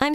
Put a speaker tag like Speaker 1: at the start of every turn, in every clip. Speaker 1: I'm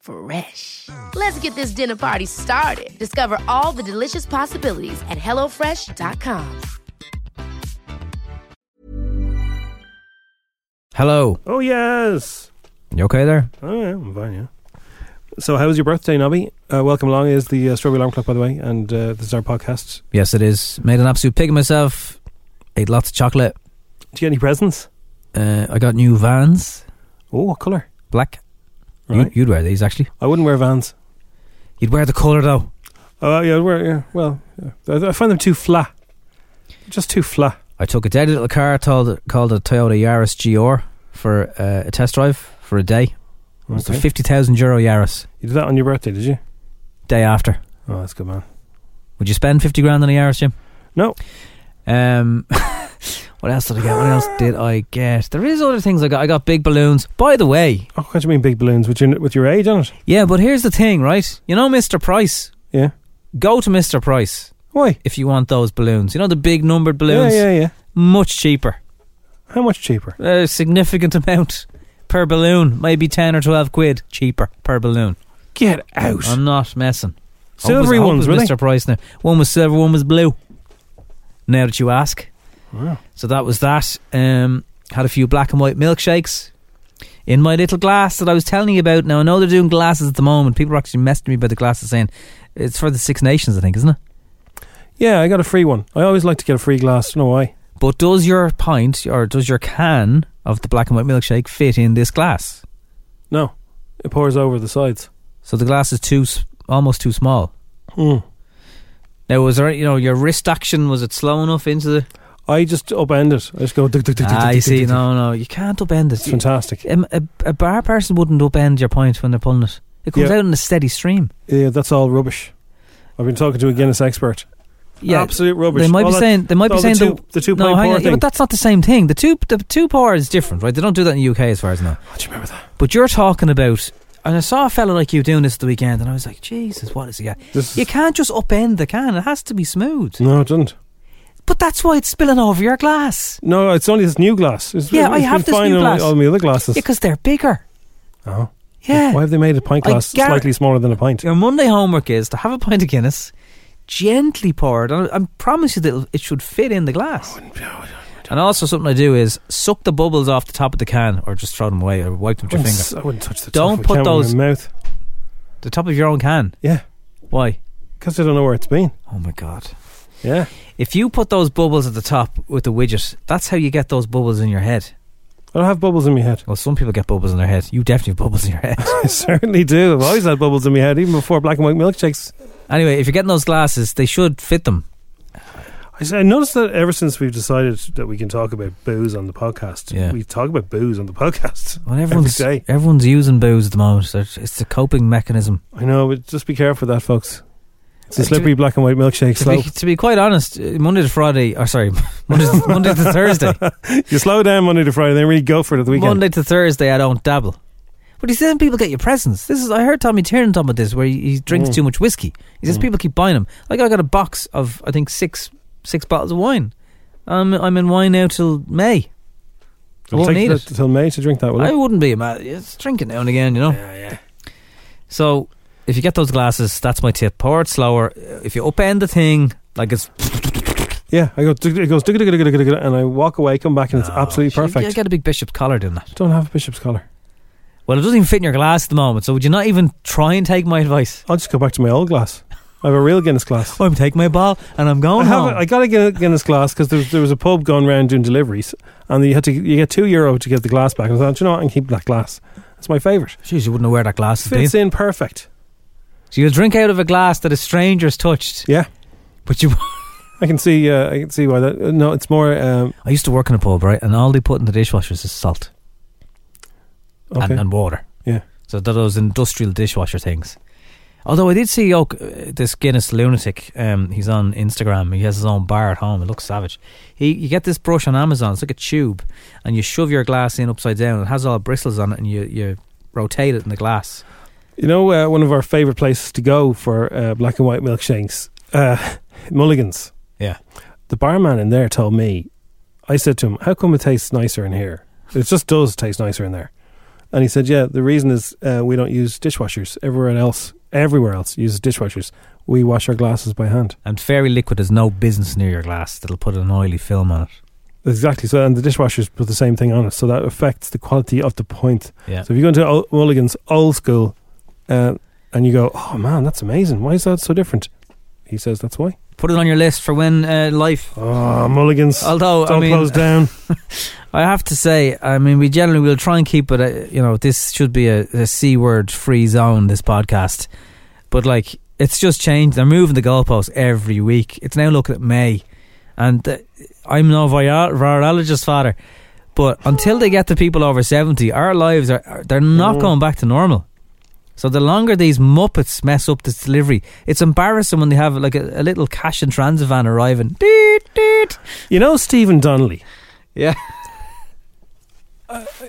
Speaker 2: Fresh. Let's get this dinner party started. Discover all the delicious possibilities at hellofresh.com.
Speaker 3: Hello.
Speaker 4: Oh yes.
Speaker 3: You okay there?
Speaker 4: Oh yeah, I'm fine. Yeah. So, how was your birthday, Nobby? Uh, welcome along is the uh, Strawberry Alarm Clock, by the way, and uh, this is our podcast.
Speaker 3: Yes, it is. Made an absolute pig of myself. Ate lots of chocolate.
Speaker 4: Do you get any presents?
Speaker 3: Uh, I got new Vans,
Speaker 4: Oh, what color?
Speaker 3: black.
Speaker 4: Right.
Speaker 3: You, would wear these actually.
Speaker 4: I wouldn't wear Vans.
Speaker 3: You'd wear the colour though.
Speaker 4: Oh yeah, I'd wear, yeah. Well, yeah. I, I find them too flat. Just too flat.
Speaker 3: I took a dirty little car called, called a Toyota Yaris GR for uh, a test drive for a day. It was
Speaker 4: Okay.
Speaker 3: a fifty thousand euro Yaris.
Speaker 4: You did that on your birthday, did you?
Speaker 3: Day after,
Speaker 4: Oh, that's good, man.
Speaker 3: would you spend fifty grand on a Yaris, Jim?
Speaker 4: No,
Speaker 3: Um, what else did I get? What else did I get? There is other things I got. I got big balloons. By the way,
Speaker 4: oh, what do you mean big balloons with your with your age on it?
Speaker 3: yeah, but here's the thing, right? You know, Mister Price.
Speaker 4: Yeah.
Speaker 3: Go to Mister Price.
Speaker 4: Why?
Speaker 3: if you want those balloons. You know the big numbered balloons?
Speaker 4: Yeah, yeah, yeah.
Speaker 3: Much cheaper.
Speaker 4: How much cheaper?
Speaker 3: A significant amount per balloon. Maybe 10 or 12 quid cheaper per balloon.
Speaker 4: Get out.
Speaker 3: I'm not messing. Hope it was-
Speaker 4: Silvery
Speaker 3: hope it
Speaker 4: ones,
Speaker 3: was
Speaker 4: really?
Speaker 3: Mr. Price now. One was silver, one was blue. Now that you ask.
Speaker 4: Wow.
Speaker 3: So that was that. Um, had a few black and white milkshakes in my little glass that I was telling you about. Now, I know they're doing glasses at the moment. People are actually messaging me about the glasses saying it's for the Six Nations, I think, isn't it?
Speaker 4: Yeah, I got a free one. I always like to get a free glass. Don't know why?
Speaker 3: But does your pint or does your can of the black and white milkshake fit in this glass?
Speaker 4: No, it pours over the sides.
Speaker 3: So the glass is too s- almost too small.
Speaker 4: Mm.
Speaker 3: Now was there you know your wrist action was it slow enough into the?
Speaker 4: I just upend it. I just go. Duk, duk, duk, duk,
Speaker 3: Ah,
Speaker 4: duk,
Speaker 3: I
Speaker 4: duk,
Speaker 3: see.
Speaker 4: duk, duk.
Speaker 3: No, no, you can't upend
Speaker 4: It's
Speaker 3: it.
Speaker 4: fantastic.
Speaker 3: Um, a, a bar person wouldn't upend your pint when they're pulling it. It comes
Speaker 4: Yeah.
Speaker 3: out in a steady stream.
Speaker 4: Yeah, that's all rubbish. I've been talking
Speaker 3: Uh,
Speaker 4: to a Guinness expert. absolute rubbish.
Speaker 3: They might
Speaker 4: All
Speaker 3: be
Speaker 4: that-
Speaker 3: saying they might be
Speaker 4: all
Speaker 3: saying
Speaker 4: the two, the two
Speaker 3: no,
Speaker 4: point
Speaker 3: hang
Speaker 4: pour
Speaker 3: on, yeah,
Speaker 4: thing.
Speaker 3: but that's not the same thing. The two the two pour is different, right? They don't do that in the UK as far as I know.
Speaker 4: Oh, do you remember that?
Speaker 3: But you're talking about, and I saw a fella like you doing this the weekend, and I was like, Jesus, what is he at?
Speaker 4: This is-
Speaker 3: You can't just upend the can; it has to be smooth.
Speaker 4: No, it doesn't.
Speaker 3: But that's why it's spilling over your glass.
Speaker 4: No, it's only this new glass. It's,
Speaker 3: Yeah,
Speaker 4: it's
Speaker 3: I have
Speaker 4: been
Speaker 3: this
Speaker 4: fine
Speaker 3: new
Speaker 4: in
Speaker 3: glass.
Speaker 4: All, all my other glasses.
Speaker 3: Yeah, because they're bigger.
Speaker 4: oh,
Speaker 3: Yeah.
Speaker 4: why have they made a pint
Speaker 3: I
Speaker 4: glass
Speaker 3: gar-
Speaker 4: slightly smaller than a pint?
Speaker 3: Your Monday homework is to have a pint of Guinness, gently poured, and I I promise you that it'll- it should fit in the
Speaker 4: Oh,
Speaker 3: glass. And also, something I do is suck the bubbles off the top of the can, or just throw them away, or wipe them with your
Speaker 4: wouldn't
Speaker 3: finger.
Speaker 4: s- I wouldn't touch the
Speaker 3: Don't
Speaker 4: top
Speaker 3: put
Speaker 4: of a can with
Speaker 3: those-
Speaker 4: my mouth.
Speaker 3: The top of your own can.
Speaker 4: Yeah,
Speaker 3: Why?
Speaker 4: because I don't know where it's been.
Speaker 3: Oh my god.
Speaker 4: Yeah,
Speaker 3: If you put those bubbles at the top with the widget, that's how you get those bubbles in your head.
Speaker 4: I don't have bubbles in my head.
Speaker 3: Well, some people get bubbles in their head. You definitely have bubbles in your head.
Speaker 4: I certainly do. I've always had bubbles in my head, even before black and white milkshakes.
Speaker 3: anyway, if you're getting those glasses, they should fit them.
Speaker 4: I s- I noticed that ever since we've decided that we can talk about booze on the podcast,
Speaker 3: Yeah.
Speaker 4: we talk about booze on the podcast
Speaker 3: Well,
Speaker 4: every
Speaker 3: everyone's
Speaker 4: day.
Speaker 3: everyone's using booze at the moment. So it's- It's a coping mechanism.
Speaker 4: I know, but just be careful with that, folks.
Speaker 3: Uh,
Speaker 4: It's a
Speaker 3: to be-
Speaker 4: slippery black and white milkshake
Speaker 3: To be,
Speaker 4: slope.
Speaker 3: to be quite honest, uh, Monday to Friday, or sorry, Monday to, Monday to Thursday,
Speaker 4: you slow down Monday to Friday, then really go for it at the weekend.
Speaker 3: Monday to Thursday, I don't dabble. But he says people get your presents. This is I heard Tommy Tiernan talking about this, where he, he
Speaker 4: Mm.
Speaker 3: drinks too much whiskey. He says people keep buying him. Like I got a box of I think six six bottles of wine. I'm I'm in wine now till May. I
Speaker 4: It'll
Speaker 3: won't
Speaker 4: take
Speaker 3: need
Speaker 4: till-
Speaker 3: it.
Speaker 4: till May to drink that, will
Speaker 3: I
Speaker 4: it?
Speaker 3: wouldn't be a man. It's drinking now and again, you know. So if you get those glasses, that's my tip. Pour it slower. If you upend the thing, like it's
Speaker 4: Yeah, I go. "Dug- It goes dug- dug- dug- dug- dug," and I walk away, come back, and it's absolutely
Speaker 3: You
Speaker 4: perfect.
Speaker 3: get a big bishop's collar doing that.
Speaker 4: Don't have a bishop's collar.
Speaker 3: Well, it doesn't even fit in your glass at the moment. So would you not even try and take my advice?
Speaker 4: I'll just go back to my old glass. I have a real Guinness glass.
Speaker 3: I'm taking my ball and I'm going
Speaker 4: I have.
Speaker 3: home.
Speaker 4: A, I got a Guin- Guinness glass because there, was- there was a pub going around doing deliveries, and you had to you get two euro to get the glass back. And I thought, "Do you know what? I can keep that glass. That's my favourite.
Speaker 3: Jeez, you wouldn't wear that glass.
Speaker 4: Fits
Speaker 3: Dean.
Speaker 4: in perfect.
Speaker 3: So you'll drink out of a glass that a stranger's touched,
Speaker 4: Yeah,
Speaker 3: but you.
Speaker 4: I can see. Uh, I can see why that. No, it's more. Um,
Speaker 3: I used to work in a pub, right? And all they put in the dishwashers is salt
Speaker 4: okay.
Speaker 3: and, and water.
Speaker 4: yeah.
Speaker 3: So they're those industrial dishwasher things. Although I did see oh, uh, this Guinness lunatic. Um, he's on Instagram. He has his own bar at home. It looks savage. He you get this brush on Amazon. It's like a tube, and you shove your glass in upside down. It has all bristles on it, and you you rotate it in the glass.
Speaker 4: You know, uh, one of our favourite places to go for uh, black and white milkshakes, uh, Mulligan's.
Speaker 3: Yeah.
Speaker 4: The barman in there told me, I said to him, "How come it tastes nicer in here? It just does taste nicer in there." And he said, "Yeah, the reason is uh, we don't use dishwashers. Everywhere else, everywhere else uses dishwashers. We wash our glasses by hand."
Speaker 3: And fairy liquid has no business near your glass. That'll put an oily film on it.
Speaker 4: Exactly. So, and the dishwashers put the same thing on it, so that affects the quality of the pint.
Speaker 3: Yeah.
Speaker 4: So, if you go into old, Mulligan's old school, uh, and you go, "Oh man, that's amazing! Why is that so different?" He says, "That's why."
Speaker 3: Put it on your list for when uh, life
Speaker 4: Oh, Mulligan's.
Speaker 3: Although, I
Speaker 4: don't
Speaker 3: mean-
Speaker 4: close down.
Speaker 3: I have to say, I mean, we generally will try and keep it. uh, You know, this should be a, a c word free zone. This podcast, but like, it's just changed. They're moving the goalposts every week. It's now looking at May, and uh, I'm no viro- virologist, father. But until they get the people over seventy, our lives are are- they're
Speaker 4: Mm.
Speaker 3: not going back to normal. So the longer these muppets mess up this delivery, it's embarrassing when they have like a, a little cash and transit van arriving. Deet, deet.
Speaker 4: You know Stephen Donnelly.
Speaker 3: Yeah,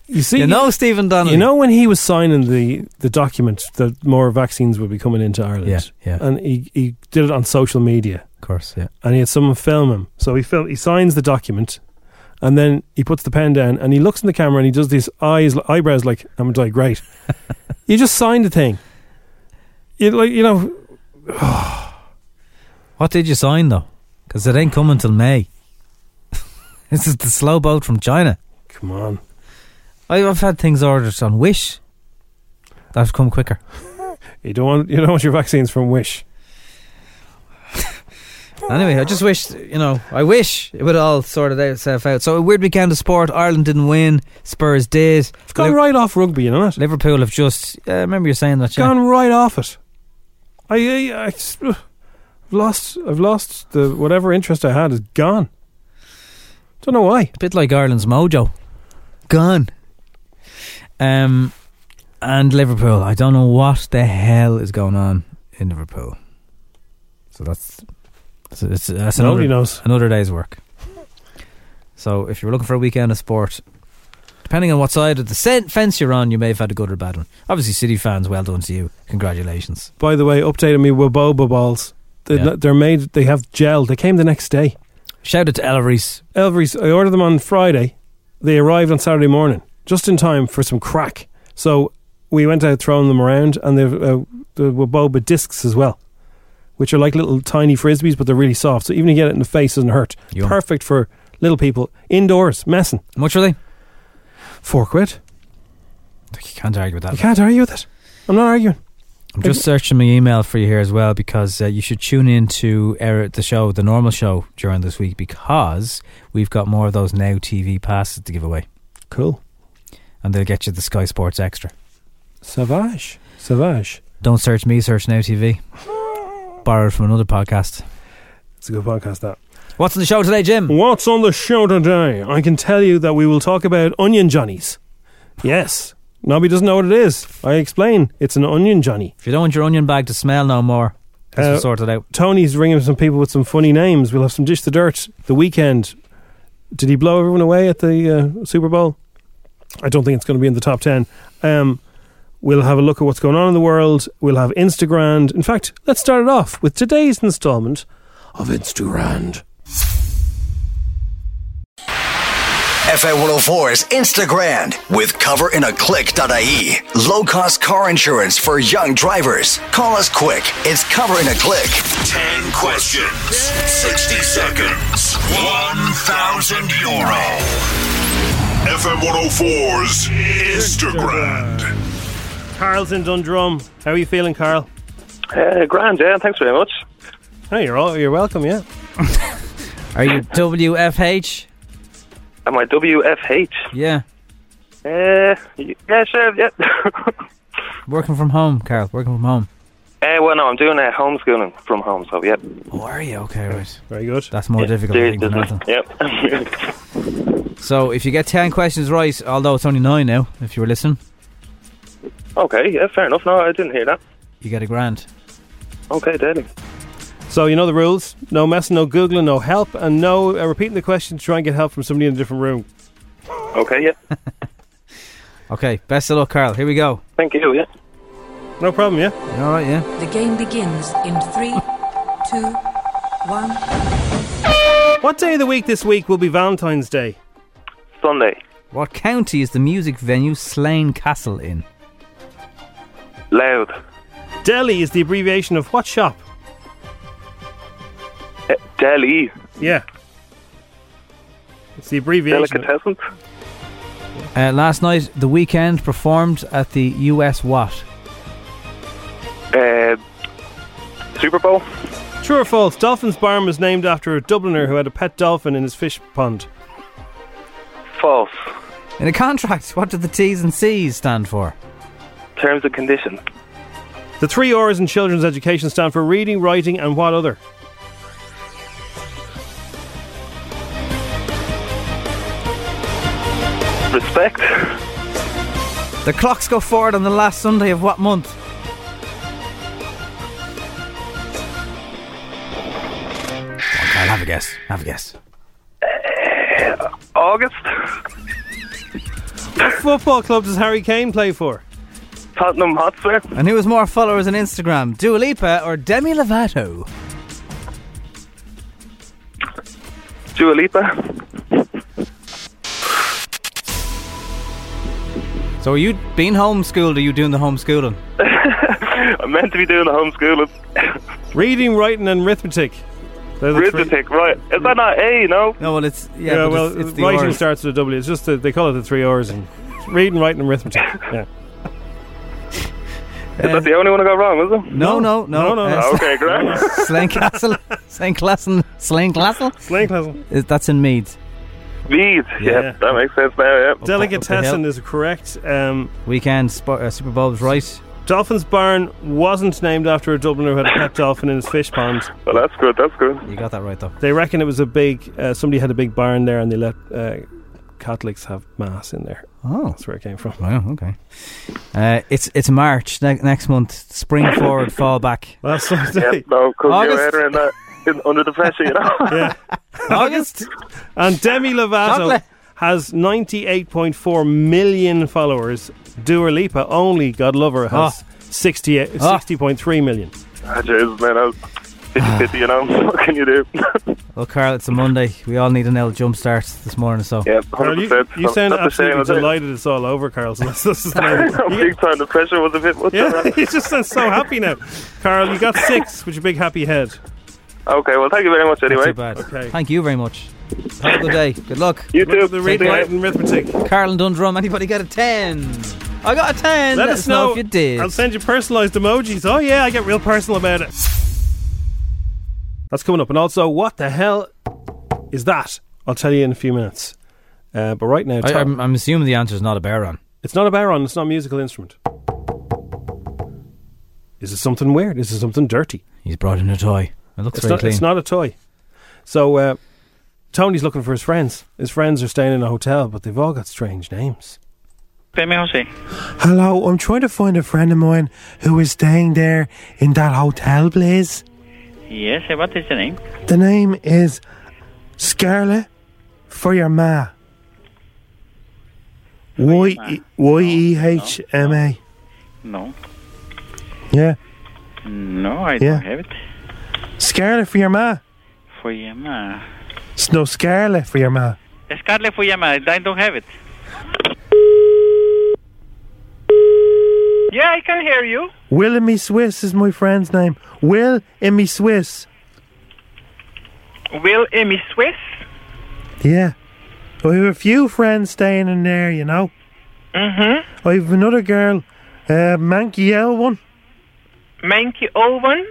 Speaker 4: You see,
Speaker 3: you know Stephen Donnelly.
Speaker 4: you know when he was signing the the document that more vaccines would be coming into Ireland.
Speaker 3: Yeah, yeah.
Speaker 4: And he he did it on social media,
Speaker 3: of course, yeah.
Speaker 4: and he had someone film him. So he film he signs the document, and then he puts the pen down, and he looks in the camera, and he does these eyes eyebrows like, "Am I great?" you just signed the thing. You like you know
Speaker 3: What did you sign though? Because it ain't coming till May. this is the slow boat from China.
Speaker 4: come on.
Speaker 3: I- I've had things ordered on Wish. That's come quicker.
Speaker 4: You don't want you don't want your vaccines from Wish.
Speaker 3: Anyway, I just wish, you know, I wish it would all sort of itself out. So a weird weekend of sport. Ireland didn't win. Spurs did.
Speaker 4: It's gone right off rugby, you know that.
Speaker 3: Liverpool have just. Uh, remember you saying that? Yeah.
Speaker 4: gone right off it. I, I, I just, ugh, I've lost. I've lost the whatever interest I had is gone. Don't know why.
Speaker 3: A bit like Ireland's mojo. Gone. Um, and Liverpool. I don't know what the hell is going on in Liverpool. So that's that's, that's, that's
Speaker 4: Nobody
Speaker 3: another,
Speaker 4: knows.
Speaker 3: another day's work. So if you're looking for a weekend of sport, depending on what side of the sen- fence you're on, you may have had a good or a bad one. Obviously, City fans, well done to you. Congratulations.
Speaker 4: By the way, updated me with boba balls. They're,
Speaker 3: Yeah.
Speaker 4: not- they're made. They have gel. They came the next day.
Speaker 3: Shout out to Ella Reese.
Speaker 4: Elvery's. I ordered them on Friday. They arrived on Saturday morning, just in time for some crack. So we went out throwing them around, and they've uh, the boba discs as well, which are like little tiny frisbees, but they're really soft. So even if you get it in the face, it doesn't hurt.
Speaker 3: Yum.
Speaker 4: Perfect for little people indoors messing.
Speaker 3: How much were they?
Speaker 4: Four quid.
Speaker 3: You can't argue with that.
Speaker 4: You can't argue with it. I'm not arguing.
Speaker 3: I'm just searching my email for you here as well because uh, you should tune in to er, the show, the normal show during this week because we've got more of those Now TV passes to give away
Speaker 4: Cool.
Speaker 3: and they'll get you the Sky Sports Extra.
Speaker 4: Savage. Savage.
Speaker 3: Don't search me, search Now TV. Borrowed from another podcast.
Speaker 4: It's a good podcast, that.
Speaker 3: What's in the show today, Jim?
Speaker 4: What's on the show today? I can tell you that we will talk about onion johnnies. Yes. Nobby doesn't know what it is. I explain. It's an onion johnny.
Speaker 3: If you don't want your onion bag to smell no more, this
Speaker 4: Uh,
Speaker 3: will sort it out.
Speaker 4: Tony's ringing some people with some funny names. We'll have some dish the dirt. The weekend. Did he blow everyone away at the uh, Super Bowl? I don't think it's going to be in the top ten. Um, we'll have a look at what's going on in the world. We'll have Instagram. In fact, let's start it off with today's instalment of Instagram.
Speaker 5: FA 104's Instagram with cover in a click.ie. Low cost E. car insurance for young drivers. Call us quick. It's cover in a click.
Speaker 6: 10 questions, 60 seconds, 1,000 euro. FM 104's Instagram.
Speaker 4: Carl's in Dundrum. How are you feeling, Carl?
Speaker 7: Uh, grand, yeah. Thanks very much.
Speaker 4: Oh, you're all, you're welcome. Yeah.
Speaker 3: Are you WFH?
Speaker 7: Am I WFH?
Speaker 3: Yeah.
Speaker 7: Uh, y- yeah, sure. Yeah.
Speaker 3: Working from home, Carl. Working from home.
Speaker 7: Eh, well, no, I'm doing uh, homeschooling from home, so yeah.
Speaker 3: Oh, are you? Okay, right.
Speaker 4: Very good.
Speaker 3: That's more difficult. I
Speaker 7: Serious
Speaker 3: think, than
Speaker 7: business.
Speaker 3: mental.
Speaker 7: Yep.
Speaker 3: So if you get 10 questions right, although it's only 9 now, if you were listening,
Speaker 7: okay, yeah, fair enough. No, I didn't hear that.
Speaker 3: you get a grand.
Speaker 7: Okay, daily.
Speaker 4: So you know the rules: no messing, no googling, no help, and no uh, repeating the question. to Try and get help from somebody in a different room.
Speaker 7: Okay, yeah.
Speaker 3: Okay, best of luck, Carl. Here we go.
Speaker 7: Thank you, yeah.
Speaker 4: No problem. Yeah.
Speaker 3: You all right, yeah?
Speaker 1: The game begins in three, two, one.
Speaker 4: What day of the week this week will be Valentine's Day?
Speaker 7: Sunday,
Speaker 3: What county is the music venue Slane Castle in?
Speaker 7: loud.
Speaker 4: Delhi is the abbreviation of what shop?
Speaker 7: Eh, Delhi,
Speaker 4: Yeah. It's the abbreviation.
Speaker 7: delicatessen.
Speaker 3: Uh, last night, The Weekend performed at the US What?
Speaker 7: Uh, Super Bowl.
Speaker 4: True or false? Dolphin's Barn was named after a Dubliner who had a pet dolphin in his fish pond.
Speaker 7: False.
Speaker 3: In a contract, what do the T's and C's stand for?
Speaker 7: Terms and conditions.
Speaker 4: The three R's in children's education stand for reading, writing, and what other?
Speaker 7: Respect.
Speaker 3: The clocks go forward on the last Sunday of what month? I'll have a guess. Have a guess.
Speaker 7: Eh, August.
Speaker 4: What football club does Harry Kane play for?
Speaker 7: Tottenham Hotspur.
Speaker 3: And who has more followers on Instagram, Dua Lipa or Demi Lovato?
Speaker 7: Dua Lipa.
Speaker 3: So are you being homeschooled or are you doing the homeschooling?
Speaker 7: I'm meant to be doing the homeschooling.
Speaker 4: Reading, writing, and arithmetic. They're the three-
Speaker 7: Arithmetic, right. Is that not A, no?
Speaker 3: No, well, it's... Yeah,
Speaker 4: Yeah,
Speaker 3: but
Speaker 4: well,
Speaker 3: it's, it's the
Speaker 4: writing
Speaker 3: R's.
Speaker 4: starts with a W. It's just that they call it the three R's. And reading, writing, and arithmetic. Yeah.
Speaker 7: Is that the only one I got wrong, was it?
Speaker 3: Uh, No, no, no.
Speaker 4: No, no, no.
Speaker 3: Uh,
Speaker 7: Okay, great.
Speaker 3: Slane Castle. Slane Castle. Slane Castle.
Speaker 4: Slang class.
Speaker 3: Is- That's in Mead.
Speaker 7: Bees. Yeah.
Speaker 4: Yeah. Oh,
Speaker 7: that makes sense now, yeah.
Speaker 4: Delicatessen is correct. Um,
Speaker 3: Weekend Sp- uh, Super Bowl's right.
Speaker 4: Dolphin's Barn wasn't named after a Dubliner who had a pet dolphin in his fish pond.
Speaker 7: Well, that's good, that's good.
Speaker 3: You got that right though.
Speaker 4: They reckon it was a big, uh, somebody had a big barn there and they let uh, Catholics have mass in there.
Speaker 3: Oh.
Speaker 4: That's where it came from.
Speaker 3: Wow. Okay. Uh, it's it's March ne- next month. Spring forward, fall back.
Speaker 4: Last
Speaker 7: Yeah,
Speaker 4: Sunday.
Speaker 7: no, couldn't get
Speaker 3: August.
Speaker 7: your head around that. In, under the pressure, you know?
Speaker 4: Yeah.
Speaker 3: August.
Speaker 4: And Demi Lovato
Speaker 3: Chocolate.
Speaker 4: has 98.4 million followers. Dua Lipa only, God love her, has 68,
Speaker 3: Ah.
Speaker 4: 60.3 million.
Speaker 7: Ah, Jesus, man, I was 50-50, you know? What can you do?
Speaker 3: Well, Oh, Carl, it's a Monday. We all need an L jump start this morning. So
Speaker 7: yeah,
Speaker 4: Carl,
Speaker 7: 100%.
Speaker 4: you, you
Speaker 7: So
Speaker 4: sound
Speaker 7: that's the same
Speaker 4: absolutely
Speaker 7: as it.
Speaker 4: delighted it's all over, Carl. So that's, that's just
Speaker 7: I'm
Speaker 4: you,
Speaker 7: big time, the pressure was a bit much.
Speaker 4: yeah,
Speaker 7: you know?
Speaker 4: you just sound so happy now. Carl, you got six with your big happy head.
Speaker 7: Okay, well, thank you very much
Speaker 3: not
Speaker 7: anyway.
Speaker 3: too bad.
Speaker 4: Okay.
Speaker 3: Thank you very much. Have a good day. Good luck.
Speaker 7: You
Speaker 4: Look
Speaker 7: too.
Speaker 4: at the reading,
Speaker 7: Bye.
Speaker 4: writing, arithmetic.
Speaker 3: Carl and Dundrum. Anybody got a ten? I got a ten.
Speaker 4: Let,
Speaker 3: us know, if you did.
Speaker 4: I'll send you personalised emojis. Oh yeah, I get real personal about it. That's coming up, and also, what the hell is that? I'll tell you in a few minutes. Uh, but right now,
Speaker 3: I,
Speaker 4: Tom-
Speaker 3: I'm, I'm assuming the answer is not a bear run.
Speaker 4: it's not a baron. It's not a musical instrument. Is it something weird? Is it something dirty?
Speaker 3: He's brought in a toy. It looks
Speaker 4: It's
Speaker 3: very
Speaker 4: not,
Speaker 3: clean.
Speaker 4: it's not a toy. So uh, Tony's looking for his friends. His friends are staying in a hotel, but they've all got strange names.
Speaker 6: Hello, I'm trying to find a friend of mine who is staying there in that hotel, please.
Speaker 8: Yes, eh, what is the name?
Speaker 6: The name is Scarlet for your ma. Y E- Y E H M A.
Speaker 4: Oh,
Speaker 8: No,
Speaker 6: Yeah,
Speaker 8: no, I
Speaker 6: Yeah.
Speaker 8: don't have it.
Speaker 6: Scarlet for your ma.
Speaker 8: For Yama.
Speaker 6: It's no Scarlet for your ma.
Speaker 8: Scarlet for Yama, I don't have it. Yeah, I can hear you.
Speaker 6: Will in me Swiss is my friend's name. Will in me Swiss.
Speaker 8: Will Emmy Swiss?
Speaker 6: Yeah. I have a few friends staying in there, you know. Mm-hmm. I have another girl, uh, Mankiel one.
Speaker 7: Menke oven.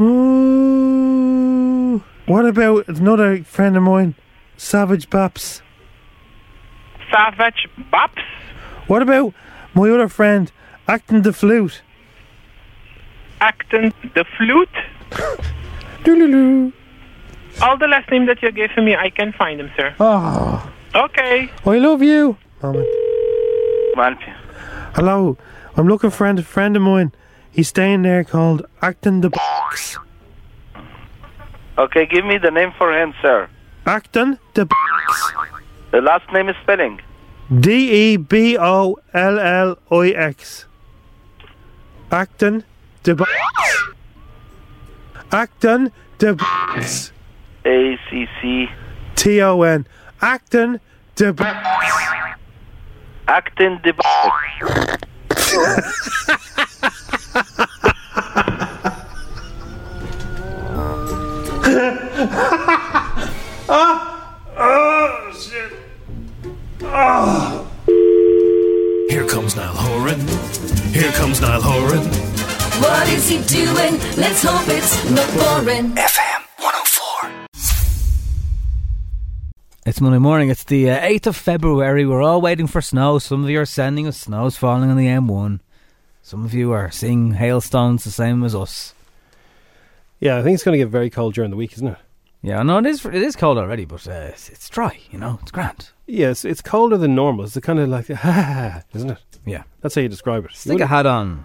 Speaker 9: Ooh. What about another friend of mine, Savage Baps?
Speaker 7: Savage Bops.
Speaker 9: What about my other friend, Acting the Flute?
Speaker 7: Acton the flute.
Speaker 9: Doodaloo.
Speaker 7: All the last name that you gave me, I can find them, sir.
Speaker 9: Ah,
Speaker 7: Okay.
Speaker 9: I love you. Mama. Hello, I'm looking for a friend of mine. He's staying there called Acting the Box.
Speaker 10: Okay, give me the name for him, sir.
Speaker 9: Acting the Box.
Speaker 10: The last name is spelling.
Speaker 9: D E B O L L I X. Acton the Box. Acton the Box.
Speaker 10: A C C.
Speaker 9: T O N. Acton the Box.
Speaker 10: Acton the
Speaker 11: oh, shit. Oh. Here comes Niall Horan. Here comes Niall Horan.
Speaker 12: What is he doing? Let's hope it's not boring.
Speaker 13: FM 104.
Speaker 3: It's Monday morning. It's the uh, 8th of February. We're all waiting for snow. Some of you are sending us snows falling on the M1. Some of you are seeing hailstones the same as us.
Speaker 4: Yeah, I think it's going to get very cold during the week, isn't it?
Speaker 3: Yeah, no, it is. It is cold already, but uh, it's, it's dry. You know, it's grand.
Speaker 4: Yes, it's colder than normal. It's kind of like, ha ha, ha, isn't it?
Speaker 3: Yeah.
Speaker 4: That's how you describe it. You
Speaker 3: Stick a
Speaker 4: wouldn't-
Speaker 3: hat on.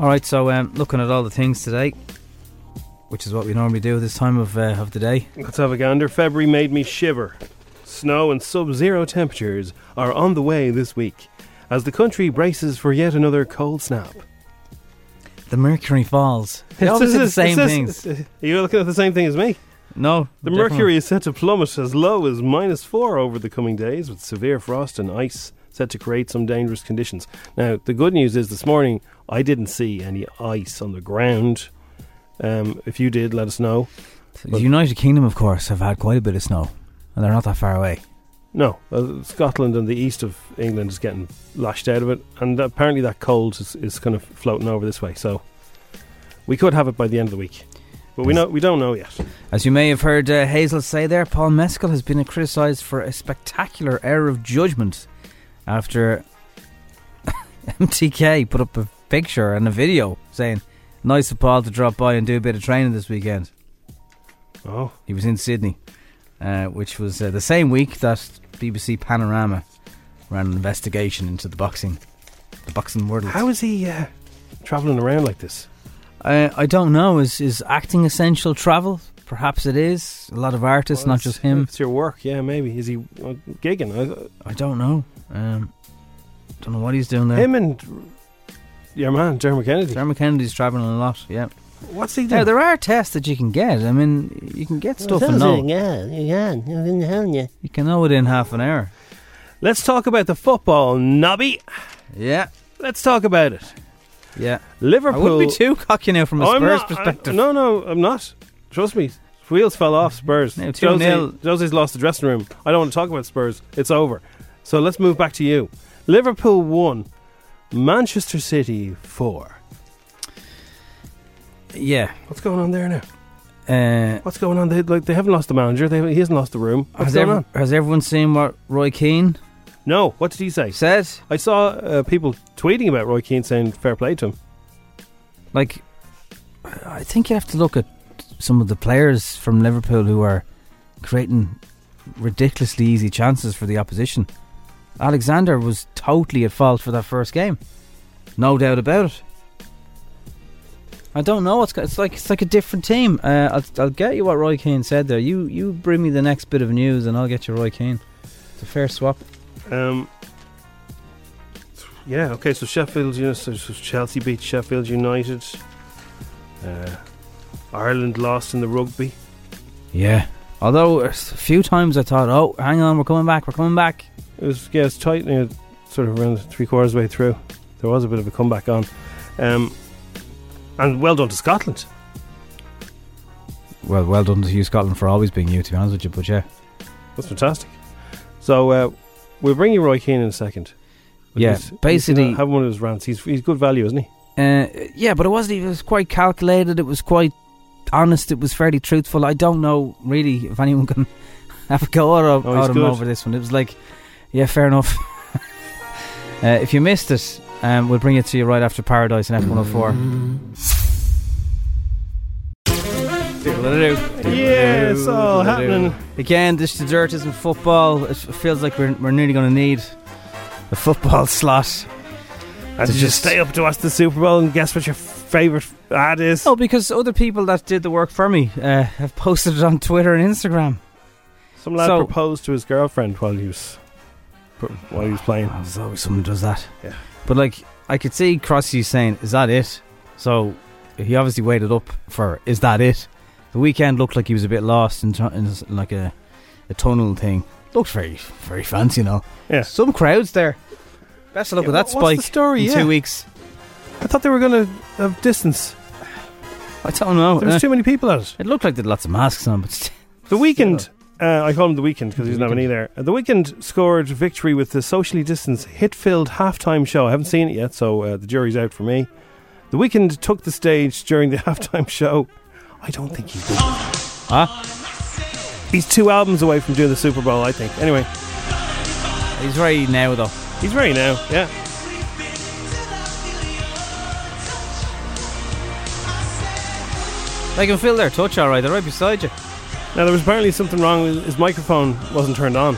Speaker 3: All right, so um, looking at all the things today, which is what we normally do this time of uh, of the day.
Speaker 4: Let's have a gander. February made me shiver. Snow and sub zero temperatures are on the way this week as the country braces for yet another cold snap.
Speaker 3: The mercury falls. They always say the same things.
Speaker 4: Are you uh, looking at the same thing as me?
Speaker 3: No.
Speaker 4: The
Speaker 3: different
Speaker 4: mercury is set to plummet as low as minus four over the coming days, with severe frost and ice set to create some dangerous conditions. Now, the good news is this morning I didn't see any ice on the ground. Um, if you did, let us know.
Speaker 3: The United Kingdom, of course, have had quite a bit of snow, and they're not that far away.
Speaker 4: No, uh, Scotland and the east of England is getting lashed out of it, and apparently that cold is, is kind of floating over this way. So we could have it by the end of the week, but we know we don't know yet.
Speaker 3: As you may have heard uh, Hazel say there, Paul Mescal has been criticised for a spectacular error of judgment after MTK put up a picture and a video saying, Nice of Paul to drop by and do a bit of training this weekend.
Speaker 4: Oh.
Speaker 3: He was in Sydney, uh, which was uh, the same week that BBC Panorama ran an investigation into the boxing, the boxing world.
Speaker 4: How is he uh, travelling around like this?
Speaker 3: Uh, I don't know. Is is acting essential travel? Perhaps it is. A lot of artists, not just him.
Speaker 4: It's your work, yeah, maybe. Is he uh, gigging?
Speaker 3: I don't know. Um, don't know what he's doing there.
Speaker 4: Him and your man, Dermot Kennedy. Hmm.
Speaker 3: Dermot Kennedy's travelling a lot. Yeah,
Speaker 4: What's he doing?
Speaker 3: Now, there are tests that you can get. I mean, you can get stuff and know.
Speaker 14: Yeah, yeah, yeah.
Speaker 3: You can know it in half an hour.
Speaker 4: Let's talk about the football, Nobby.
Speaker 3: Yeah.
Speaker 4: Let's talk about it.
Speaker 3: Yeah.
Speaker 4: Liverpool.
Speaker 3: I wouldn't be too cocky now from a
Speaker 4: I'm
Speaker 3: Spurs
Speaker 4: not- I-
Speaker 3: perspective.
Speaker 4: no, no, I'm not. Trust me. Wheels fell off Spurs.
Speaker 3: No,
Speaker 4: Jose-
Speaker 3: 2-0.
Speaker 4: Jose's lost the dressing room. I don't want to talk about Spurs. It's over. So let's move back to you. Liverpool won. Manchester City four.
Speaker 3: Yeah.
Speaker 4: What's going on there now?
Speaker 3: Uh,
Speaker 4: What's going on? They like they haven't lost the manager. They he hasn't lost the room. What's
Speaker 3: has,
Speaker 4: going
Speaker 3: ev-
Speaker 4: on?
Speaker 3: has everyone seen what Roy Keane
Speaker 4: No. What did he say?
Speaker 3: said?
Speaker 4: I saw uh, people tweeting about Roy Keane saying fair play to him.
Speaker 3: Like, I think you have to look at some of the players from Liverpool who are creating ridiculously easy chances for the opposition. Alexander was totally at fault for that first game, no doubt about it. I don't know. It's got- it's like it's like a different team. Uh, I'll, I'll get you what Roy Keane said there. You you bring me the next bit of news, and I'll get you Roy Keane. It's a fair swap.
Speaker 4: Um, yeah, okay, so Sheffield United, so so Chelsea beat Sheffield United. Uh, Ireland lost in the rugby.
Speaker 3: Yeah. Although a s- few times I thought, oh, hang on, we're coming back, we're coming back.
Speaker 4: It was yeah, it was tight near sort of around three quarters way through. There was a bit of a comeback on, um, and well done to Scotland.
Speaker 3: Well, well done to you, Scotland, for always being you. To be honest with you, but yeah,
Speaker 4: That's fantastic. So uh, we'll bring you Roy Keane in a second.
Speaker 3: Yeah,
Speaker 4: He's- he's
Speaker 3: basically-
Speaker 4: gonna have one of his rants. He's he's good value, isn't he?
Speaker 3: uh, yeah, but it wasn't. It was quite calculated. It was quite honest. It was fairly truthful. I don't know really if anyone can have a go at,
Speaker 4: Oh, he's
Speaker 3: at him
Speaker 4: good.
Speaker 3: over this one. It was like, yeah, fair enough. uh, if you missed it, um, we'll bring it to you right after Paradise and F one hundred four.
Speaker 4: Yeah, it's Mm-hmm.
Speaker 3: Oh,
Speaker 4: all happening.
Speaker 3: Again, this dessert isn't football. It feels like we're, we're nearly going to need a football slot.
Speaker 4: And
Speaker 3: to
Speaker 4: did you stay up to watch the Super Bowl and guess what your favourite ad is?
Speaker 3: Oh, because other people that did the work for me uh, have posted it on Twitter and Instagram.
Speaker 4: Some lad
Speaker 3: So-
Speaker 4: proposed to his girlfriend while he was pr- while he was playing.
Speaker 3: Oh, There's always someone who does that.
Speaker 4: Yeah.
Speaker 3: But like, I could see Crossy saying, "Is that it?" So he obviously waited up for, "Is that it?" The weekend looked like he was a bit lost in, tr- in s- like a a tunnel thing. Looked very very fancy, you know.
Speaker 4: Yeah.
Speaker 3: Some crowds there. Best of luck
Speaker 4: Yeah,
Speaker 3: with
Speaker 4: wha-
Speaker 3: that
Speaker 4: what's the
Speaker 3: spike.
Speaker 4: story?
Speaker 3: in
Speaker 4: Yeah.
Speaker 3: two weeks.
Speaker 4: I thought they were going to have distance.
Speaker 3: I don't know.
Speaker 4: There was
Speaker 3: Uh,
Speaker 4: too many people at it.
Speaker 3: it looked like they had lots of masks on, but st-
Speaker 4: The weekend. Uh, I call him the weekend because he doesn't have any there. Uh, The weekend scored victory with the socially distanced hit-filled halftime show. I haven't seen it yet, so uh, the jury's out for me. The weekend took the stage during the halftime show. I don't think he did.
Speaker 3: ah,
Speaker 4: He's two albums away from doing the Super Bowl, I think. Anyway,
Speaker 3: he's very now though.
Speaker 4: he's ready now. Yeah.
Speaker 3: They can feel their touch, all right. They're right beside you.
Speaker 4: Now there was apparently something wrong. with His microphone wasn't turned on.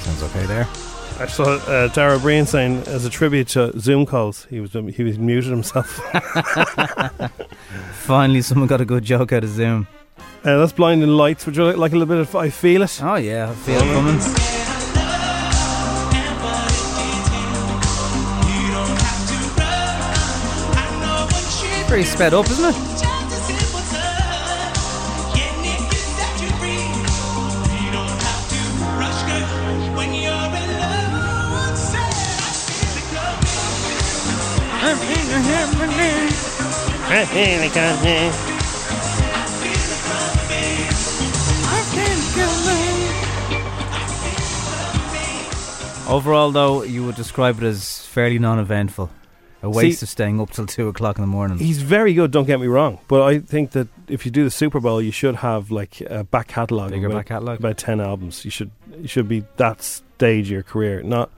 Speaker 3: Sounds okay there.
Speaker 4: I saw uh, Dara Breen saying, as a tribute to Zoom calls, he was he was muted himself.
Speaker 3: Finally, someone got a good joke out of Zoom.
Speaker 4: uh, that's blinding lights. Would you like, like a little bit of I feel it?
Speaker 3: Oh yeah, I feel it coming. Pretty sped up, isn't it? Overall, though, you would describe it as fairly non-eventful. A waste
Speaker 4: See-
Speaker 3: of staying up till two o'clock in the morning.
Speaker 4: He's very good. Don't get me wrong, but I think that if you do the Super Bowl, you should have like a back catalogue,
Speaker 3: Bigger
Speaker 4: about,
Speaker 3: back catalogue.
Speaker 4: about ten albums. You should you should be that stage of your career, not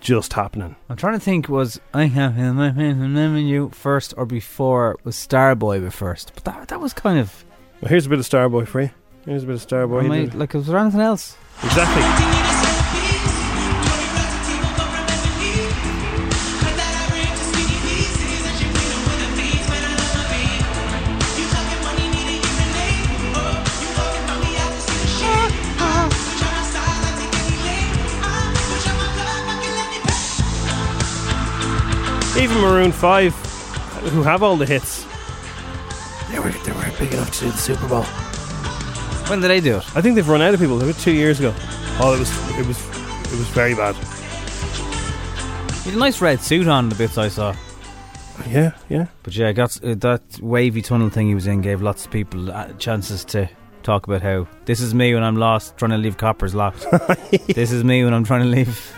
Speaker 4: just happening.
Speaker 3: I'm trying to think. Was I have him? I have him. I have you first, or before was Starboy with first? But that that was kind of.
Speaker 4: Well, here's a bit of Starboy for you. Here's a bit of Starboy.
Speaker 3: am I- like, was there anything else?
Speaker 4: Exactly. Even Maroon Five, who have all the hits,
Speaker 15: They were, they were big enough to do the Super Bowl.
Speaker 3: When did they do it?
Speaker 4: I think they've run out of people. It was two years ago. Oh, it was it was it was very bad.
Speaker 3: You had a nice red suit on, the bits I saw.
Speaker 4: Yeah, yeah.
Speaker 3: But yeah, got, uh, that wavy tunnel thing he was in gave lots of people uh, chances to talk about how this is me when I'm lost trying to leave coppers locked. this is me when I'm trying to leave.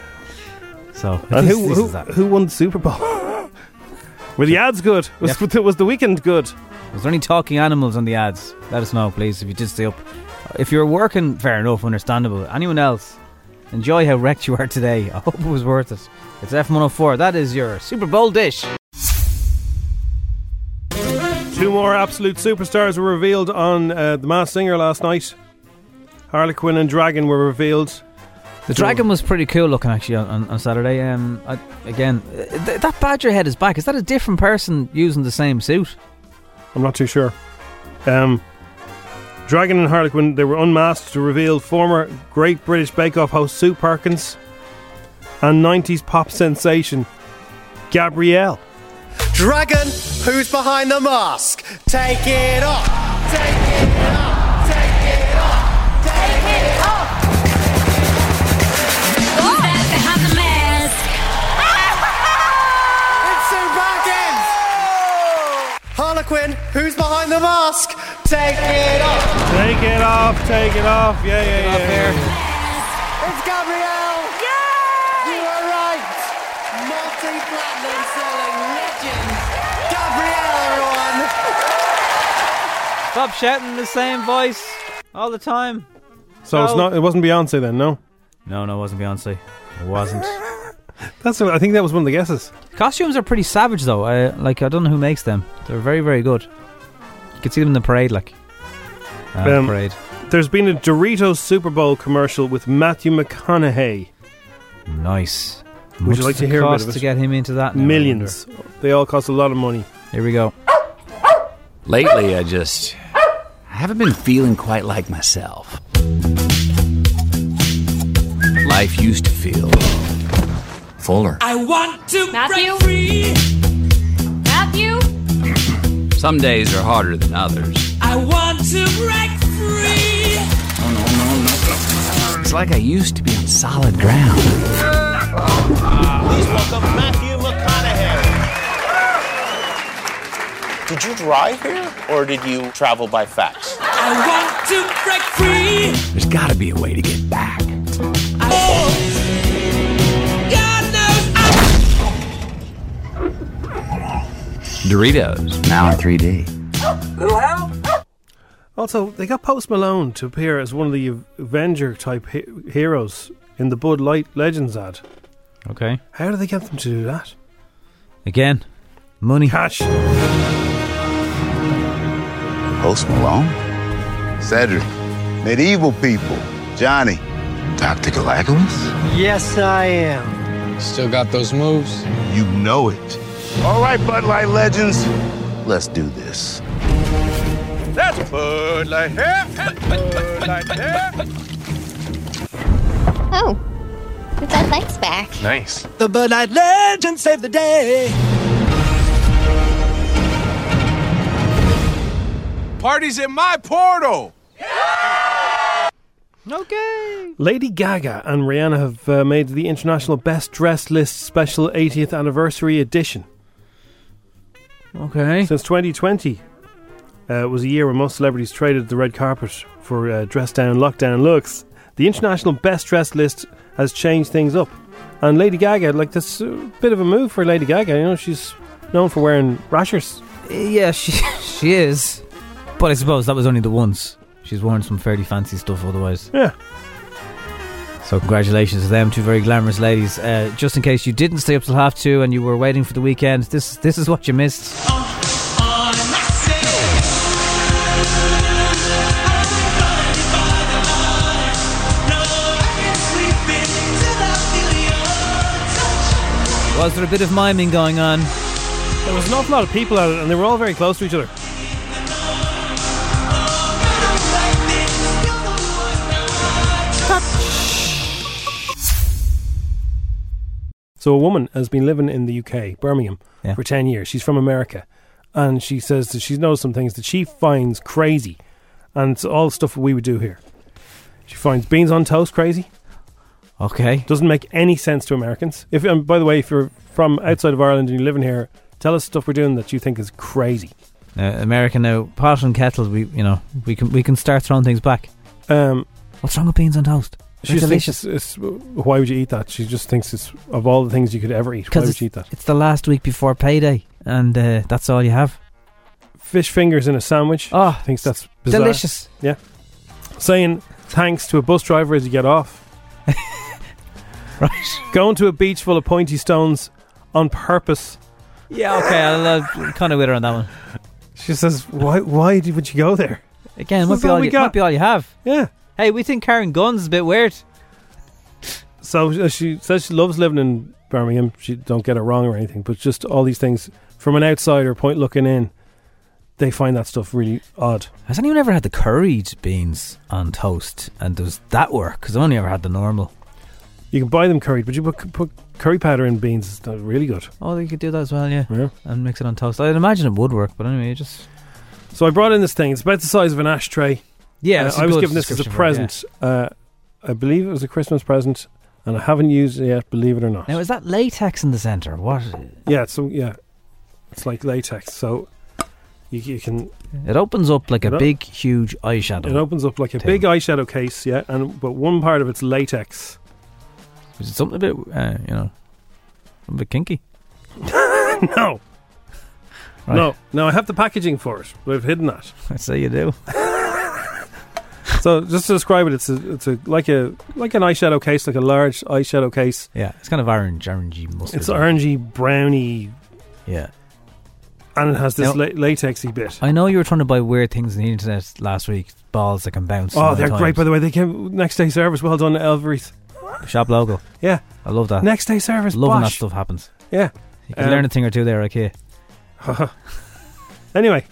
Speaker 3: So,
Speaker 4: And
Speaker 3: this-
Speaker 4: who
Speaker 3: this
Speaker 4: who,
Speaker 3: is that.
Speaker 4: who won the Super Bowl? Were the ads good? Was was the weekend good?
Speaker 3: Was there any talking animals on the ads? Let us know, please, if you did stay up. If you're working, fair enough, understandable. Anyone else, enjoy how wrecked you are today. I hope it was worth it. It's F104. That is your Super Bowl dish.
Speaker 4: Two more absolute superstars were revealed on uh, The Masked Singer last night. Harlequin and Dragon were revealed.
Speaker 3: The dragon was pretty cool looking actually on, on, on Saturday. Um, I, again, uh, th- that badger head is back. Is that a different person using the same suit?
Speaker 4: I'm not too sure. Um, Dragon and Harlequin, they were unmasked to reveal former Great British Bake Off host Sue Perkins and 90s pop sensation Gabrielle.
Speaker 16: Dragon, who's behind the mask? Take it off. Take it off. Take it off. Take it off. Who's that behind the mask? it's Sue Perkins. Harlequin, who's behind the mask? Take it off.
Speaker 4: Take it off, take it off. Yeah, yeah, yeah.
Speaker 16: It's Gabrielle. You are right. Multi-platinum selling legend, Gabrielle, everyone.
Speaker 3: Stop shouting the same voice all the time.
Speaker 4: So it's not. It wasn't Beyonce then, no.
Speaker 3: No, no, it wasn't Beyonce. It wasn't.
Speaker 4: That's. I think that was one of the guesses.
Speaker 3: Costumes are pretty savage though. I, like I don't know who makes them. They're very, very good. You could see them in the parade, like uh,
Speaker 4: Um,
Speaker 3: parade.
Speaker 4: There's been a Doritos Super Bowl commercial with Matthew McConaughey.
Speaker 3: Nice.
Speaker 4: Would you like to hear a bit
Speaker 3: cost
Speaker 4: of it?
Speaker 3: to get him into that? now, I
Speaker 4: Millions. They all cost a lot of money.
Speaker 3: Here we go.
Speaker 17: Lately, I just I haven't been feeling quite like myself. Life used to feel fuller.
Speaker 18: I want to Matthew? break free. Matthew?
Speaker 17: Some days are harder than others.
Speaker 18: I want to break free.
Speaker 17: It's like I used to be on solid ground.
Speaker 16: Please welcome Matthew McConaughey.
Speaker 19: Did you drive here or did you travel by fax?
Speaker 18: I want to break free.
Speaker 17: There's got to be a way to get back.
Speaker 18: I God knows I
Speaker 17: Doritos now in 3D.
Speaker 18: little help.
Speaker 4: Also, they got Post Malone to appear as one of the Avenger type he- heroes in the Bud Light Legends ad.
Speaker 3: Okay.
Speaker 4: How do they get them to do that?
Speaker 3: Again, money.
Speaker 4: Cash.
Speaker 20: Post Malone? Cedric. Medieval people. Johnny. Dr. Galagos?
Speaker 16: Yes, I am. Still got those moves?
Speaker 20: You know it. All right, Bud Light Legends. Let's do this.
Speaker 16: That's Bud Light here. Bud Light here.
Speaker 21: Oh, it's that lights back.
Speaker 16: Nice. The Bud Light Legend saved the day. Party's in my portal.
Speaker 3: Okay.
Speaker 4: Lady Gaga and Rihanna have uh, made the International Best Dressed List Special 80th Anniversary Edition.
Speaker 3: Okay.
Speaker 4: Since 2020 uh, was a year when most celebrities traded the red carpet for uh, dress down, lockdown looks. The International Best Dressed List has changed things up. And Lady Gaga, like, that's a bit of a move for Lady Gaga. You know, she's known for wearing rashers.
Speaker 3: Yeah, she she is. But I suppose that was only the once. She's worn some fairly fancy stuff otherwise.
Speaker 4: Yeah.
Speaker 3: So congratulations to them, two very glamorous ladies. Uh, just in case you didn't stay up till half two and you were waiting for the weekend, this this is what you missed. Was there a bit of miming going on?
Speaker 4: There was an awful lot of people at it, and they were all very close to each other. So a woman has been living in the UK, Birmingham, for 10 years. She's from America. and she says that she knows some things that she finds crazy, and it's all stuff we would do here. She finds beans on toast crazy.
Speaker 3: Okay.
Speaker 4: Doesn't make any sense to Americans. If and by the way, if you're from outside of Ireland and you're living here, tell us stuff we're doing that you think is crazy.
Speaker 3: Uh, America now pot and kettle. We you know we can we can start throwing things back.
Speaker 4: Um,
Speaker 3: What's wrong with beans on toast?
Speaker 4: She
Speaker 3: They're
Speaker 4: just thinks
Speaker 3: delicious
Speaker 4: it's, it's, why would you eat that? She just thinks it's of all the things you could ever eat. Why would
Speaker 3: it's,
Speaker 4: you eat that?
Speaker 3: it's the last week before payday, and uh, that's all you have.
Speaker 4: Fish fingers in a sandwich.
Speaker 3: Oh,
Speaker 4: thinks that's bizarre.
Speaker 3: delicious.
Speaker 4: Yeah, saying thanks to a bus driver as you get off.
Speaker 3: right.
Speaker 4: Going to a beach full of pointy stones on purpose.
Speaker 3: Yeah, okay, I'll uh, kind of with her on that one.
Speaker 4: She says, "Why? Why did- would you go there?"
Speaker 3: Again,
Speaker 4: This
Speaker 3: might
Speaker 4: is
Speaker 3: be,
Speaker 4: all
Speaker 3: all
Speaker 4: we
Speaker 3: you,
Speaker 4: got.
Speaker 3: might be all you have.
Speaker 4: Yeah.
Speaker 3: Hey, we think carrying guns is a bit weird.
Speaker 4: So uh, she says she loves living in Birmingham. She don't get it wrong or anything, but just all these things from an outsider point looking in, they find that stuff really odd.
Speaker 3: Has anyone ever had the curried beans on toast? And does that work? Because I've only ever had the normal.
Speaker 4: You can buy them curried, but you put, put curry powder in beans. It's not really good.
Speaker 3: Oh, you could do that as well, yeah.
Speaker 4: Yeah.
Speaker 3: And mix it on toast. I'd imagine it would work, but anyway, you just
Speaker 4: So I brought in this thing. It's about the size of an ashtray.
Speaker 3: Yeah,
Speaker 4: Uh,
Speaker 3: that's a
Speaker 4: I was
Speaker 3: good
Speaker 4: given this as a
Speaker 3: description for it, yeah.
Speaker 4: present. Uh, I believe it was a Christmas present, and I haven't used it yet. Believe it or not.
Speaker 3: Now, is that latex in the centre? What?
Speaker 4: Yeah. So yeah, it's like latex. So you, you can
Speaker 3: It opens up like
Speaker 4: It
Speaker 3: a
Speaker 4: op-
Speaker 3: big, huge eyeshadow.
Speaker 4: It opens up like a
Speaker 3: Too.
Speaker 4: big eyeshadow case, yeah, and but one part of it's latex.
Speaker 3: Is it something a bit, uh, you know, a bit kinky?
Speaker 4: no.
Speaker 3: Right.
Speaker 4: No, no, I have the packaging for it, but I've hidden that.
Speaker 3: I say you do.
Speaker 4: So just to describe it, it's a, it's a like a like an eyeshadow case, like a large eyeshadow case.
Speaker 3: Yeah, it's kind of orange, orangey mustard.
Speaker 4: It's orangey, browny,
Speaker 3: Yeah.
Speaker 4: and it has this
Speaker 3: Now-
Speaker 4: la- latexy bit.
Speaker 3: I know you were trying to buy weird things on the internet last week. Balls that can bounce.
Speaker 4: Oh,
Speaker 3: nine
Speaker 4: they're
Speaker 3: times.
Speaker 4: great, by the way. They came next day service. Well done, Elveries.
Speaker 3: Shop logo.
Speaker 4: Yeah,
Speaker 3: I love that.
Speaker 4: next day service.
Speaker 3: Love when Ah. that
Speaker 4: bosh.
Speaker 3: stuff happens.
Speaker 4: Yeah.
Speaker 3: You can
Speaker 4: Um,
Speaker 3: learn a thing or two there, okay?
Speaker 4: Anyway,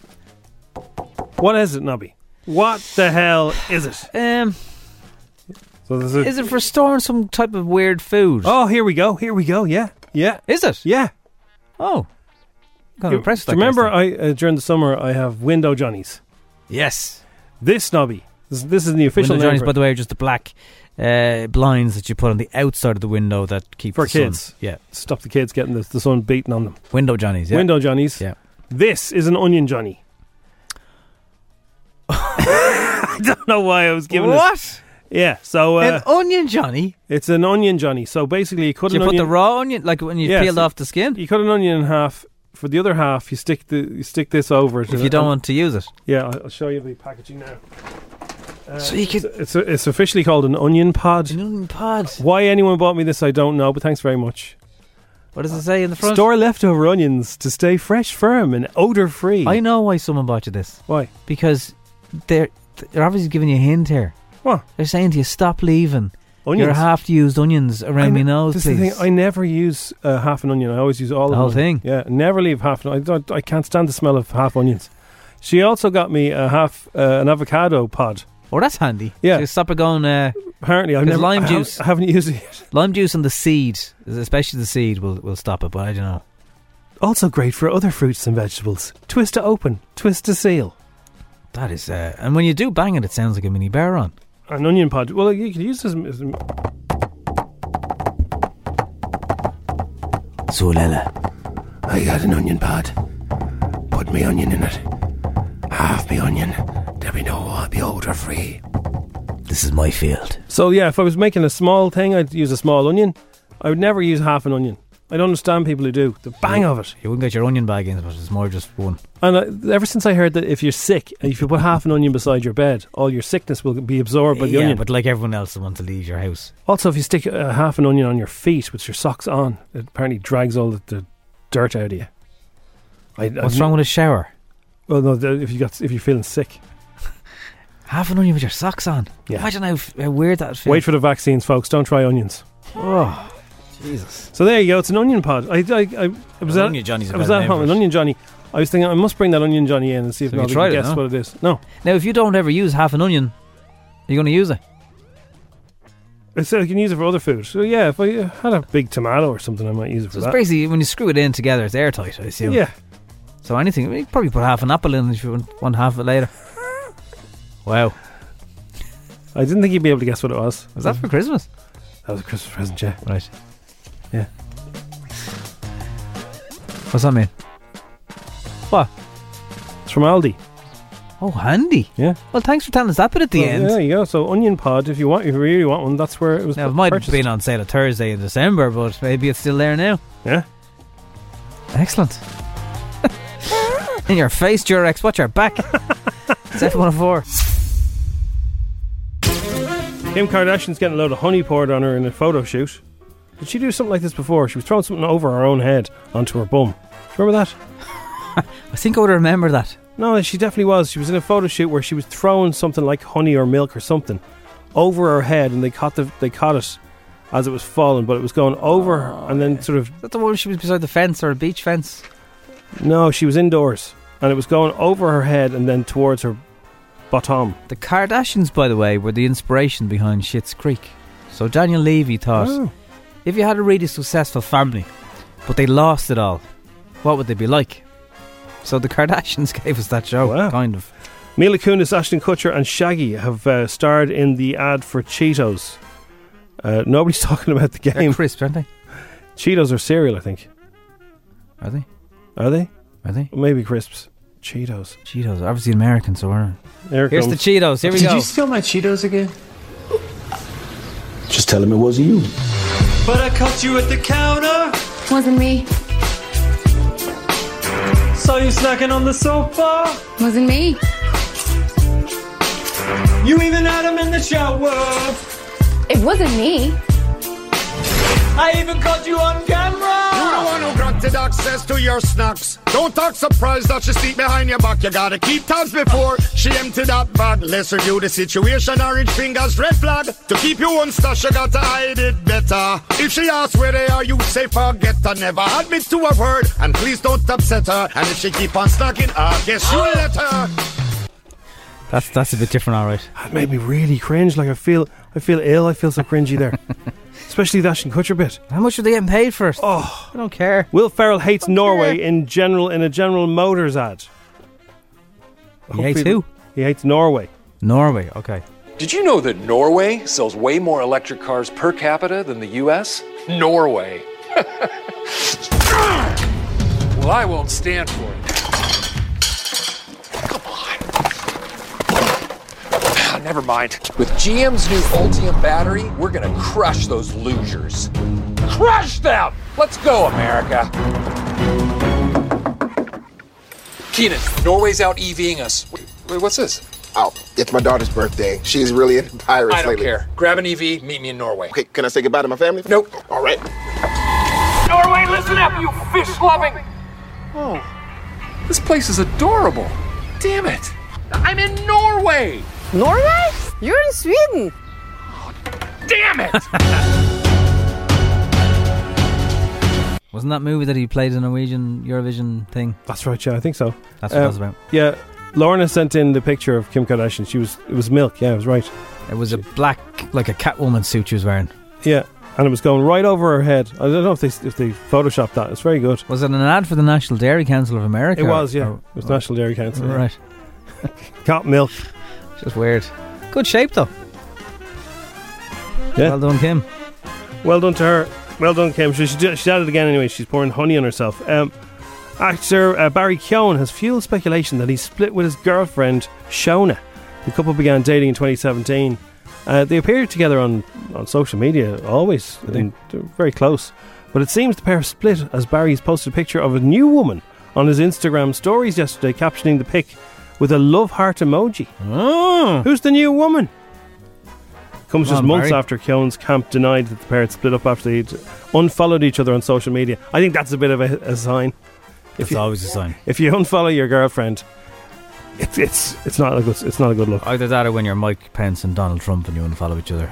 Speaker 4: what is it, Nobby? What the hell is it?
Speaker 3: Um,
Speaker 4: So there's a,
Speaker 3: is it for storing some type of weird food?
Speaker 4: Oh, here we go. Here we go. Yeah. Yeah.
Speaker 3: Is it?
Speaker 4: Yeah.
Speaker 3: Oh. Kind of
Speaker 4: Do
Speaker 3: impressed.
Speaker 4: you
Speaker 3: with that
Speaker 4: remember
Speaker 3: kind of
Speaker 4: I uh, during the summer I have window johnnies.
Speaker 3: stuff. Yes.
Speaker 4: This snobby. This, this is the official
Speaker 3: Window journeys,
Speaker 4: name.
Speaker 3: by the way, are just the black uh, blinds that you put on the outside of the window that keep
Speaker 4: for
Speaker 3: the sun-
Speaker 4: kids.
Speaker 3: Yeah.
Speaker 4: Stop the kids getting the, the sun beating on them.
Speaker 3: Window journeys. Yeah.
Speaker 4: Window johnnies.
Speaker 3: Yeah.
Speaker 4: This is an onion johnny. I don't know why I was giving this-
Speaker 3: What?
Speaker 4: Yeah. So
Speaker 3: An
Speaker 4: uh,
Speaker 3: onion Johnny?
Speaker 4: it's an onion johnny. So basically, you cut
Speaker 3: Do you
Speaker 4: an
Speaker 3: put
Speaker 4: onion.
Speaker 3: the raw onion, like when you
Speaker 4: Yeah,
Speaker 3: peeled
Speaker 4: so-
Speaker 3: off the skin?
Speaker 4: you cut an onion in half. For the other half, you stick the you stick this over. it
Speaker 3: If
Speaker 4: and-
Speaker 3: you don't
Speaker 4: and-
Speaker 3: want to use it.
Speaker 4: Yeah, I'll I'll show you the packaging now. Uh,
Speaker 3: So you could-
Speaker 4: It's, it's it's officially called an onion pod.
Speaker 3: An onion pod.
Speaker 4: Why anyone bought me this, I don't know, but thanks very much.
Speaker 3: What does it say in the front?
Speaker 4: Store leftover onions to stay fresh, firm, and odor free.
Speaker 3: I know why someone bought you this.
Speaker 4: Why?
Speaker 3: Because they're, they're obviously giving you a hint here.
Speaker 4: What?
Speaker 3: They're saying to you, stop leaving your
Speaker 4: Onions.
Speaker 3: half used onions
Speaker 4: I
Speaker 3: around my
Speaker 4: ne-
Speaker 3: nose,
Speaker 4: this
Speaker 3: please.
Speaker 4: Is the thing, I never use uh, half an onion. I always use all
Speaker 3: The
Speaker 4: of
Speaker 3: whole
Speaker 4: them.
Speaker 3: thing?
Speaker 4: Yeah, never leave half an. I don't. I can't stand the smell of half onions. She also got me a half uh, an avocado pod.
Speaker 3: oh, that's handy.
Speaker 4: Yeah.
Speaker 3: So stop it going. Uh,
Speaker 4: Apparently, I've
Speaker 3: There's
Speaker 4: never
Speaker 3: lime
Speaker 4: I haven't-
Speaker 3: juice.
Speaker 4: I haven't used it yet.
Speaker 3: lime juice and the seed, especially the seed, will will stop it. But I don't know.
Speaker 4: Also great for other fruits and vegetables. Twist to open, twist to seal.
Speaker 3: That is, uh, and when you do bang it, it sounds like a mini baron.
Speaker 4: An onion pod. Well, you could use this. As,
Speaker 15: So, Lella, I got an onion pod. Put me onion in it. Half me onion. There we know I'll be odor free. This is my field.
Speaker 4: so yeah, if I was making a small thing, I'd use a small onion. I would never use half an onion. I don't understand people who do the bang
Speaker 15: Mm.
Speaker 4: of it.
Speaker 3: You wouldn't get your onion bag in, but it's more just one.
Speaker 4: And I, ever since I heard that if you're sick, and if you put half an onion beside your bed, all your sickness will be absorbed by the
Speaker 3: yeah,
Speaker 4: onion.
Speaker 3: but like everyone else, that wants to leave your house.
Speaker 4: also, if you stick uh, half an onion on your feet with your socks on, it apparently drags all the, the dirt out of you. I,
Speaker 3: What's wrong with a shower?
Speaker 4: Well, no, the- if you got if you're feeling sick,
Speaker 3: Half an onion with your socks on.
Speaker 4: Yeah.
Speaker 3: Imagine how, f- how weird that feels.
Speaker 4: wait for the vaccines, folks. Don't try onions.
Speaker 3: Oh, Jesus.
Speaker 4: So there you go. It's an onion pod. I, I, I, I was
Speaker 3: An
Speaker 4: at,
Speaker 3: onion Johnny's a
Speaker 4: I was
Speaker 3: better
Speaker 4: at
Speaker 3: name
Speaker 4: home.
Speaker 3: for
Speaker 4: An
Speaker 3: it.
Speaker 4: onion Johnny. I was thinking I must bring that onion Johnny in and see if
Speaker 3: So have
Speaker 4: nobody
Speaker 3: you tried
Speaker 4: can
Speaker 3: it, no?
Speaker 4: guess what it is. No,
Speaker 3: Now, if you don't ever use half an onion, you're going to use it.
Speaker 4: I said I can use it for other food. So yeah, if I uh, had a big tomato or something, I might use it for
Speaker 3: So it's
Speaker 4: that.
Speaker 3: basically when you screw it in together, it's airtight. I assume.
Speaker 4: Yeah,
Speaker 3: So anything, I mean, you probably put half an apple in if you want- want half of it later. Wow.
Speaker 4: I didn't think you'd be able to guess what it was.
Speaker 3: Was that for Christmas?
Speaker 4: That was a Christmas present, yeah.
Speaker 3: Right.
Speaker 4: Yeah.
Speaker 3: What's that mean? What?
Speaker 4: It's from Aldi.
Speaker 3: Oh, handy.
Speaker 4: Yeah.
Speaker 3: Well, thanks for telling us that bit at the
Speaker 4: Well,
Speaker 3: end.
Speaker 4: There you go. So onion pod, if you want, if you really want one, that's where it was.
Speaker 3: Now, it might
Speaker 4: purchased.
Speaker 3: have been on sale a Thursday in December, but maybe it's still there now.
Speaker 4: Yeah.
Speaker 3: Excellent. in your face, Durex. Watch your back. it's F104.
Speaker 4: Kim Kardashian's getting a load of honey poured on her in a photo shoot. Did she do something like this before? She was throwing something over her own head onto her bum. Do you remember that?
Speaker 3: I think I would remember that.
Speaker 4: No, she definitely was. She was in a photo shoot where she was throwing something like honey or milk or something over her head, and they caught the they caught it as it was falling, but it was going over, her
Speaker 3: Oh,
Speaker 4: and then sort of
Speaker 3: Is that the one where she was beside the fence or a beach fence?
Speaker 4: no, she was indoors, and it was going over her head and then towards her bottom.
Speaker 3: The Kardashians, by the way, were the inspiration behind Schitt's Creek. So Daniel Levy thought,
Speaker 4: Oh.
Speaker 3: if you had a really successful family, but they lost it all, what would they be like? So the Kardashians gave us that show, kind of.
Speaker 4: Mila Kunis, Ashton Kutcher, and Shaggy have uh, starred in the ad for Cheetos. Uh, nobody's talking about the game.
Speaker 3: They're crisp, aren't they?
Speaker 4: Cheetos are cereal, I think.
Speaker 3: Are they?
Speaker 4: Are they?
Speaker 3: Are they?
Speaker 4: Maybe crisps. Cheetos.
Speaker 3: Cheetos, obviously American, so we're.
Speaker 4: Here it
Speaker 3: Here's
Speaker 4: comes.
Speaker 3: the Cheetos. Here we
Speaker 4: Did
Speaker 3: go.
Speaker 4: you
Speaker 17: steal my Cheetos again?
Speaker 15: Just tell him it was you.
Speaker 16: But I caught you at the counter.
Speaker 1: Wasn't me.
Speaker 16: Saw you snacking on the sofa.
Speaker 1: Wasn't me.
Speaker 16: You even had him in the shower.
Speaker 1: It wasn't me.
Speaker 16: I even caught you on camera.
Speaker 22: You're the one who got the access to your snacks. Don't act surprised that she sneak behind your back. You gotta keep tabs before she empty that bag. Let's review the situation. Orange fingers, red flag. To keep you on stash, you gotta hide it better. If she asks where they are, you say forget her. Never admit to a word, and please don't upset her. And if she keep on snacking, I guess you let her.
Speaker 3: That's that's a bit different, all right.
Speaker 4: That made me really cringe. Like I feel, I feel ill. I feel so cringy there, especially the Ashton Kutcher bit.
Speaker 3: How much are they getting paid first?
Speaker 4: Oh,
Speaker 3: I don't care.
Speaker 4: Will Ferrell hates Norway in general in a General Motors ad.
Speaker 3: He hates
Speaker 4: Hopefully-
Speaker 3: who?
Speaker 4: He hates Norway.
Speaker 3: E Norway. Okay.
Speaker 23: Did you know that Norway sells way more electric cars per capita than the US? Norway. well, I won't stand for it. Come on. Never mind. With GM's new Ultium battery, we're going to crush those losers. Crush them! Let's go, America. Keenan, Norway's out EVing us. Wait, wait, what's this?
Speaker 20: Oh, it's my daughter's birthday. She's really into pirates
Speaker 23: I don't
Speaker 20: lately.
Speaker 23: care. Grab an EV, meet me in Norway.
Speaker 20: Okay, can I say goodbye to my family?
Speaker 23: Nope.
Speaker 20: All right.
Speaker 23: Norway, listen up, you fish loving. Oh, this place is adorable. Damn it. I'm in Norway.
Speaker 24: Norway? You're in Sweden.
Speaker 23: Damn it.
Speaker 3: Wasn't that movie that he played in Norwegian Eurovision thing?
Speaker 4: That's right. Yeah, I think so.
Speaker 3: That's what
Speaker 4: Uh,
Speaker 3: it was about.
Speaker 4: Yeah, Lorna sent in the picture of Kim Kardashian. She was, it was milk. Yeah, it was right.
Speaker 3: It was a black, like a Catwoman suit she was wearing.
Speaker 4: Yeah, and it was going right over her head. I don't know if they if they photoshopped that. It's very good.
Speaker 3: Was it an ad for the National Dairy Council of America?
Speaker 4: It was, yeah.
Speaker 3: Or-
Speaker 4: it was National Dairy Council. yeah.
Speaker 3: Oh, Right.
Speaker 4: Got milk.
Speaker 3: Just weird. Good shape though.
Speaker 4: Yeah.
Speaker 3: Well done, Kim.
Speaker 4: Well done to her. Well done, Kim. She, she, did- she did it again anyway. She's pouring honey on herself. Um, actor uh, Barry Keoghan has fueled speculation that he split with his girlfriend, Shona. The couple began dating in 2017. Uh, they appeared together on, on social media always, and they're very close. But it seems the pair split as Barry's posted a picture of a new woman on his Instagram stories yesterday, captioning the pic with a love heart emoji. Who's the new woman? Comes
Speaker 3: Come
Speaker 4: just
Speaker 3: on,
Speaker 4: months
Speaker 3: Barry.
Speaker 4: after Keown's camp denied that the pair had split up after they'd unfollowed each other on social media. I think that's a bit of a, a sign.
Speaker 3: It's always a sign.
Speaker 4: If you unfollow your girlfriend, it's it's it's not a good it's not a good look.
Speaker 3: Either that or when you're Mike Pence and Donald Trump and you unfollow each other.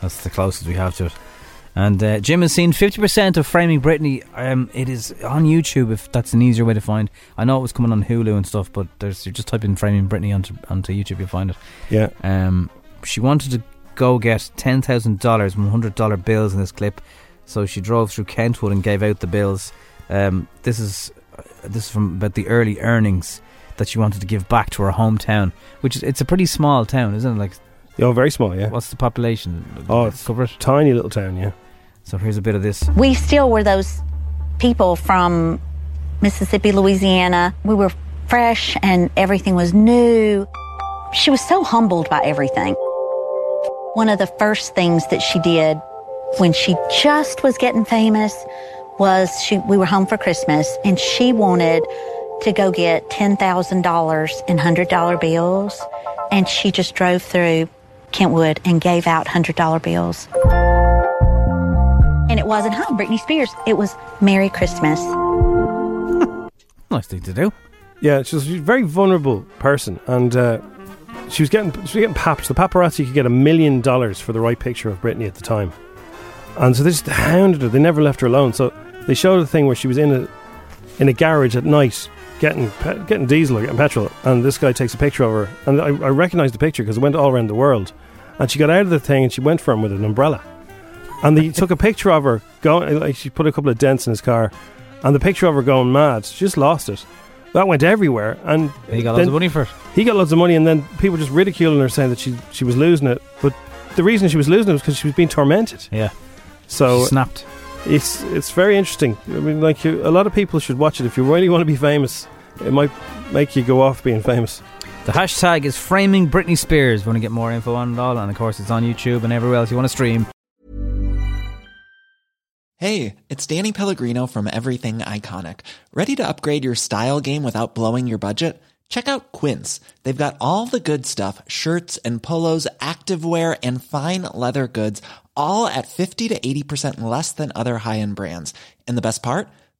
Speaker 3: That's the closest we have to it. And uh, Jim has seen 50% of Framing Britney. Um, it is on YouTube if that's an easier way to find. I know it was coming on Hulu and stuff, but there's you just type in Framing Britney onto, onto YouTube, you'll find it.
Speaker 4: Yeah.
Speaker 3: Um, she wanted to go get $10,000, $100 bills in this clip. So she drove through Kentwood and gave out the bills. Um, this is uh, this is from about the early earnings that she wanted to give back to her hometown, which is it's a pretty small town, isn't it? Like,
Speaker 4: oh, very small. Yeah.
Speaker 3: What's the population?
Speaker 4: Oh, it's a tiny little town. Yeah.
Speaker 3: So here's a bit of this.
Speaker 7: We still were those people from Mississippi, Louisiana. We were fresh and everything was new. She was so humbled by everything. One of the first things that she did when she just was getting famous was she we were home for Christmas and she wanted to go get $10,000 in $100 bills and she just drove through Kentwood and gave out $100 bills. And it wasn't hi Britney Spears, it was Merry Christmas.
Speaker 3: Nice thing to do.
Speaker 4: Yeah, she was a very vulnerable person, and uh, she was getting she was getting papped. The paparazzi could get a million dollars for the right picture of Britney at the time, and so they just hounded her. They never left her alone. So they showed a thing where she was in a in a garage at night getting pe- getting diesel or getting petrol, and this guy takes a picture of her, and I, I recognized the picture because it went all around the world, and she got out of the thing and she went for him with an umbrella, and they took a picture of her going like she put a couple of dents in his car, and the picture of her going mad. She just lost it. That went everywhere, and
Speaker 3: He got loads
Speaker 4: then-
Speaker 3: of money for it.
Speaker 4: he got loads of money, and then people just ridiculing her, saying that she she was losing it. But the reason she was losing it was because she was being tormented.
Speaker 3: Yeah.
Speaker 4: So
Speaker 3: She snapped.
Speaker 4: It's it's very interesting. I mean, like you, a lot of people should watch it if you really want to be famous. It might make you go off being famous.
Speaker 3: The hashtag is framing Britney Spears. Want to get more info on it all, and of course it's on YouTube and everywhere else you want to stream.
Speaker 6: Hey, it's Danny Pellegrino from Everything Iconic. Ready to upgrade your style game without blowing your budget? Check out Quince. They've got all the good stuff shirts and polos, activewear, and fine leather goods, all at 50 to 80% less than other high end brands. And the best part?